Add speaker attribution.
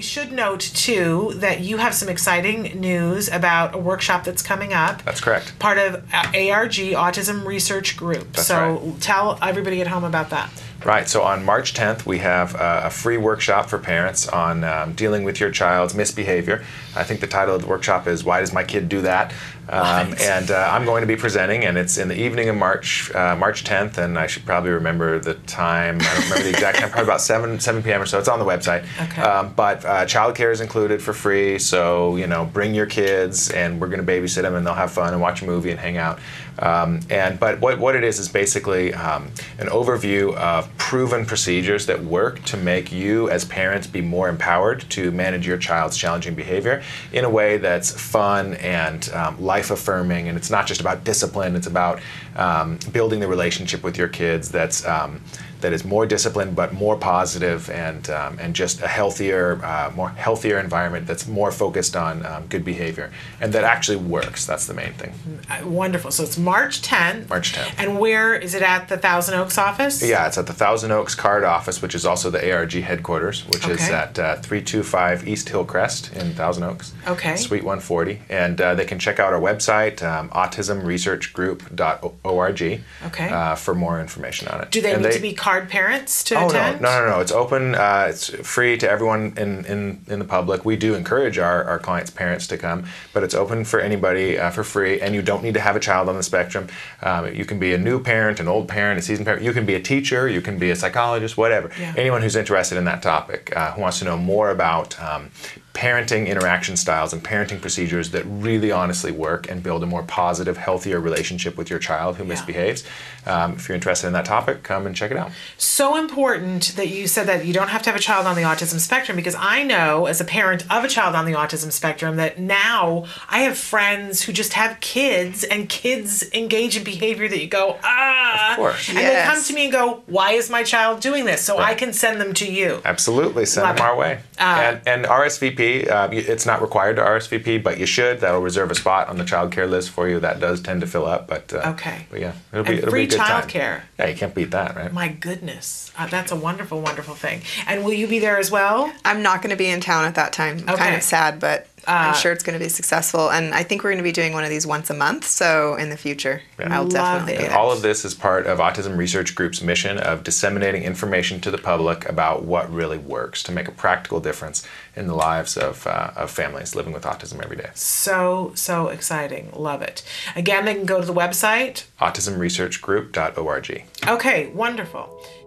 Speaker 1: should note too that you have some exciting news about a workshop that's coming up.
Speaker 2: That's correct.
Speaker 1: Part of uh, ARG Autism Research Group.
Speaker 2: That's
Speaker 1: so
Speaker 2: right.
Speaker 1: tell everybody at home about that.
Speaker 2: Right. So on March 10th, we have uh, a free workshop for parents on um, dealing with your child's misbehavior. I think the title of the workshop is "Why Does My Kid Do That?" Um,
Speaker 1: Right.
Speaker 2: and uh, I'm going to be presenting, and it's in the evening of March, uh, March 10th, and I should probably remember the time. I don't remember the exact time. Probably about 7 7 p.m. or so. It's on the website.
Speaker 1: Okay.
Speaker 2: Um, but uh, childcare is included for free, so you know, bring your kids, and we're going to babysit them, and they'll have fun and watch a movie and hang out. Um, and but what what it is is basically um, an overview of proven procedures that work to make you as parents be more empowered to manage your child's challenging behavior in a way that's fun and um, life affirming. And it's not just about discipline; it's about um, building the relationship with your kids that's um, that is more disciplined but more positive and um, and just a healthier, uh, more healthier environment that's more focused on um, good behavior and that actually works. That's the main thing.
Speaker 1: Uh, wonderful. So it's March 10th.
Speaker 2: March 10th.
Speaker 1: And where is it at the Thousand Oaks office?
Speaker 2: Yeah, it's at the Thousand Oaks Card Office, which is also the ARG headquarters, which is
Speaker 1: Okay.
Speaker 2: at uh, 325 East Hillcrest in Thousand Oaks.
Speaker 1: Okay.
Speaker 2: Suite 140. And uh, they can check out our website, um, autismresearchgroup.org,
Speaker 1: Okay.
Speaker 2: uh, for more information on it.
Speaker 1: Do they
Speaker 2: And
Speaker 1: need to be card parents to
Speaker 2: Oh no,
Speaker 1: attend?
Speaker 2: no, no, no! It's open. Uh, it's free to everyone in, in, in the public. We do encourage our, our clients' parents to come, but it's open for anybody uh, for free, and you don't need to have a child on the spectrum. Um, you can be a new parent, an old parent, a seasoned parent. You can be a teacher. You can be a psychologist. Whatever.
Speaker 1: Yeah.
Speaker 2: Anyone who's interested in that topic, uh, who wants to know more about. Um, Parenting interaction styles and parenting procedures that really honestly work and build a more positive, healthier relationship with your child who misbehaves. Um, if you're interested in that topic, come and check it out.
Speaker 1: so important that you said that you don't have to have a child on the autism spectrum because I know as a parent of a child on the autism spectrum that now I have friends who just have kids and kids engage in behavior that you go, ah.
Speaker 2: Of course.
Speaker 1: And
Speaker 3: Yes.
Speaker 1: they come to me and go, why is my child doing this? So I
Speaker 2: Right.
Speaker 1: can send them to you.
Speaker 2: Absolutely, send
Speaker 1: Love
Speaker 2: them
Speaker 1: it. Uh,
Speaker 2: our way. and, and RSVP, uh, you- it's not required to RSVP, but you should. That'll reserve a spot on the child care list for you. That does tend to fill up, but uh,
Speaker 1: Okay.
Speaker 2: But yeah, it'll be
Speaker 1: And
Speaker 2: it'll
Speaker 1: free
Speaker 2: be a good time.
Speaker 1: childcare.
Speaker 2: Yeah, you can't beat that, right?
Speaker 1: My goodness. Uh, that's a wonderful, wonderful thing. And will you be there as well?
Speaker 3: I'm not going to be in town at that time. I'm Kind
Speaker 1: Okay. Uh,
Speaker 3: of sad, but I'm sure it's going to be successful. And I think we're going to be doing one of these once a month. So in the future, I'll
Speaker 1: Love
Speaker 3: definitely
Speaker 1: it.
Speaker 3: be
Speaker 2: And
Speaker 3: there.
Speaker 2: all of this is part of Autism Research Group's mission of disseminating information to the public about what really works to make a practical difference in the lives of, uh, of families living with autism every day.
Speaker 1: So, so exciting. Love it. Again, they can go to the website.
Speaker 2: AutismResearchGroup.org.
Speaker 1: Okay, wonderful.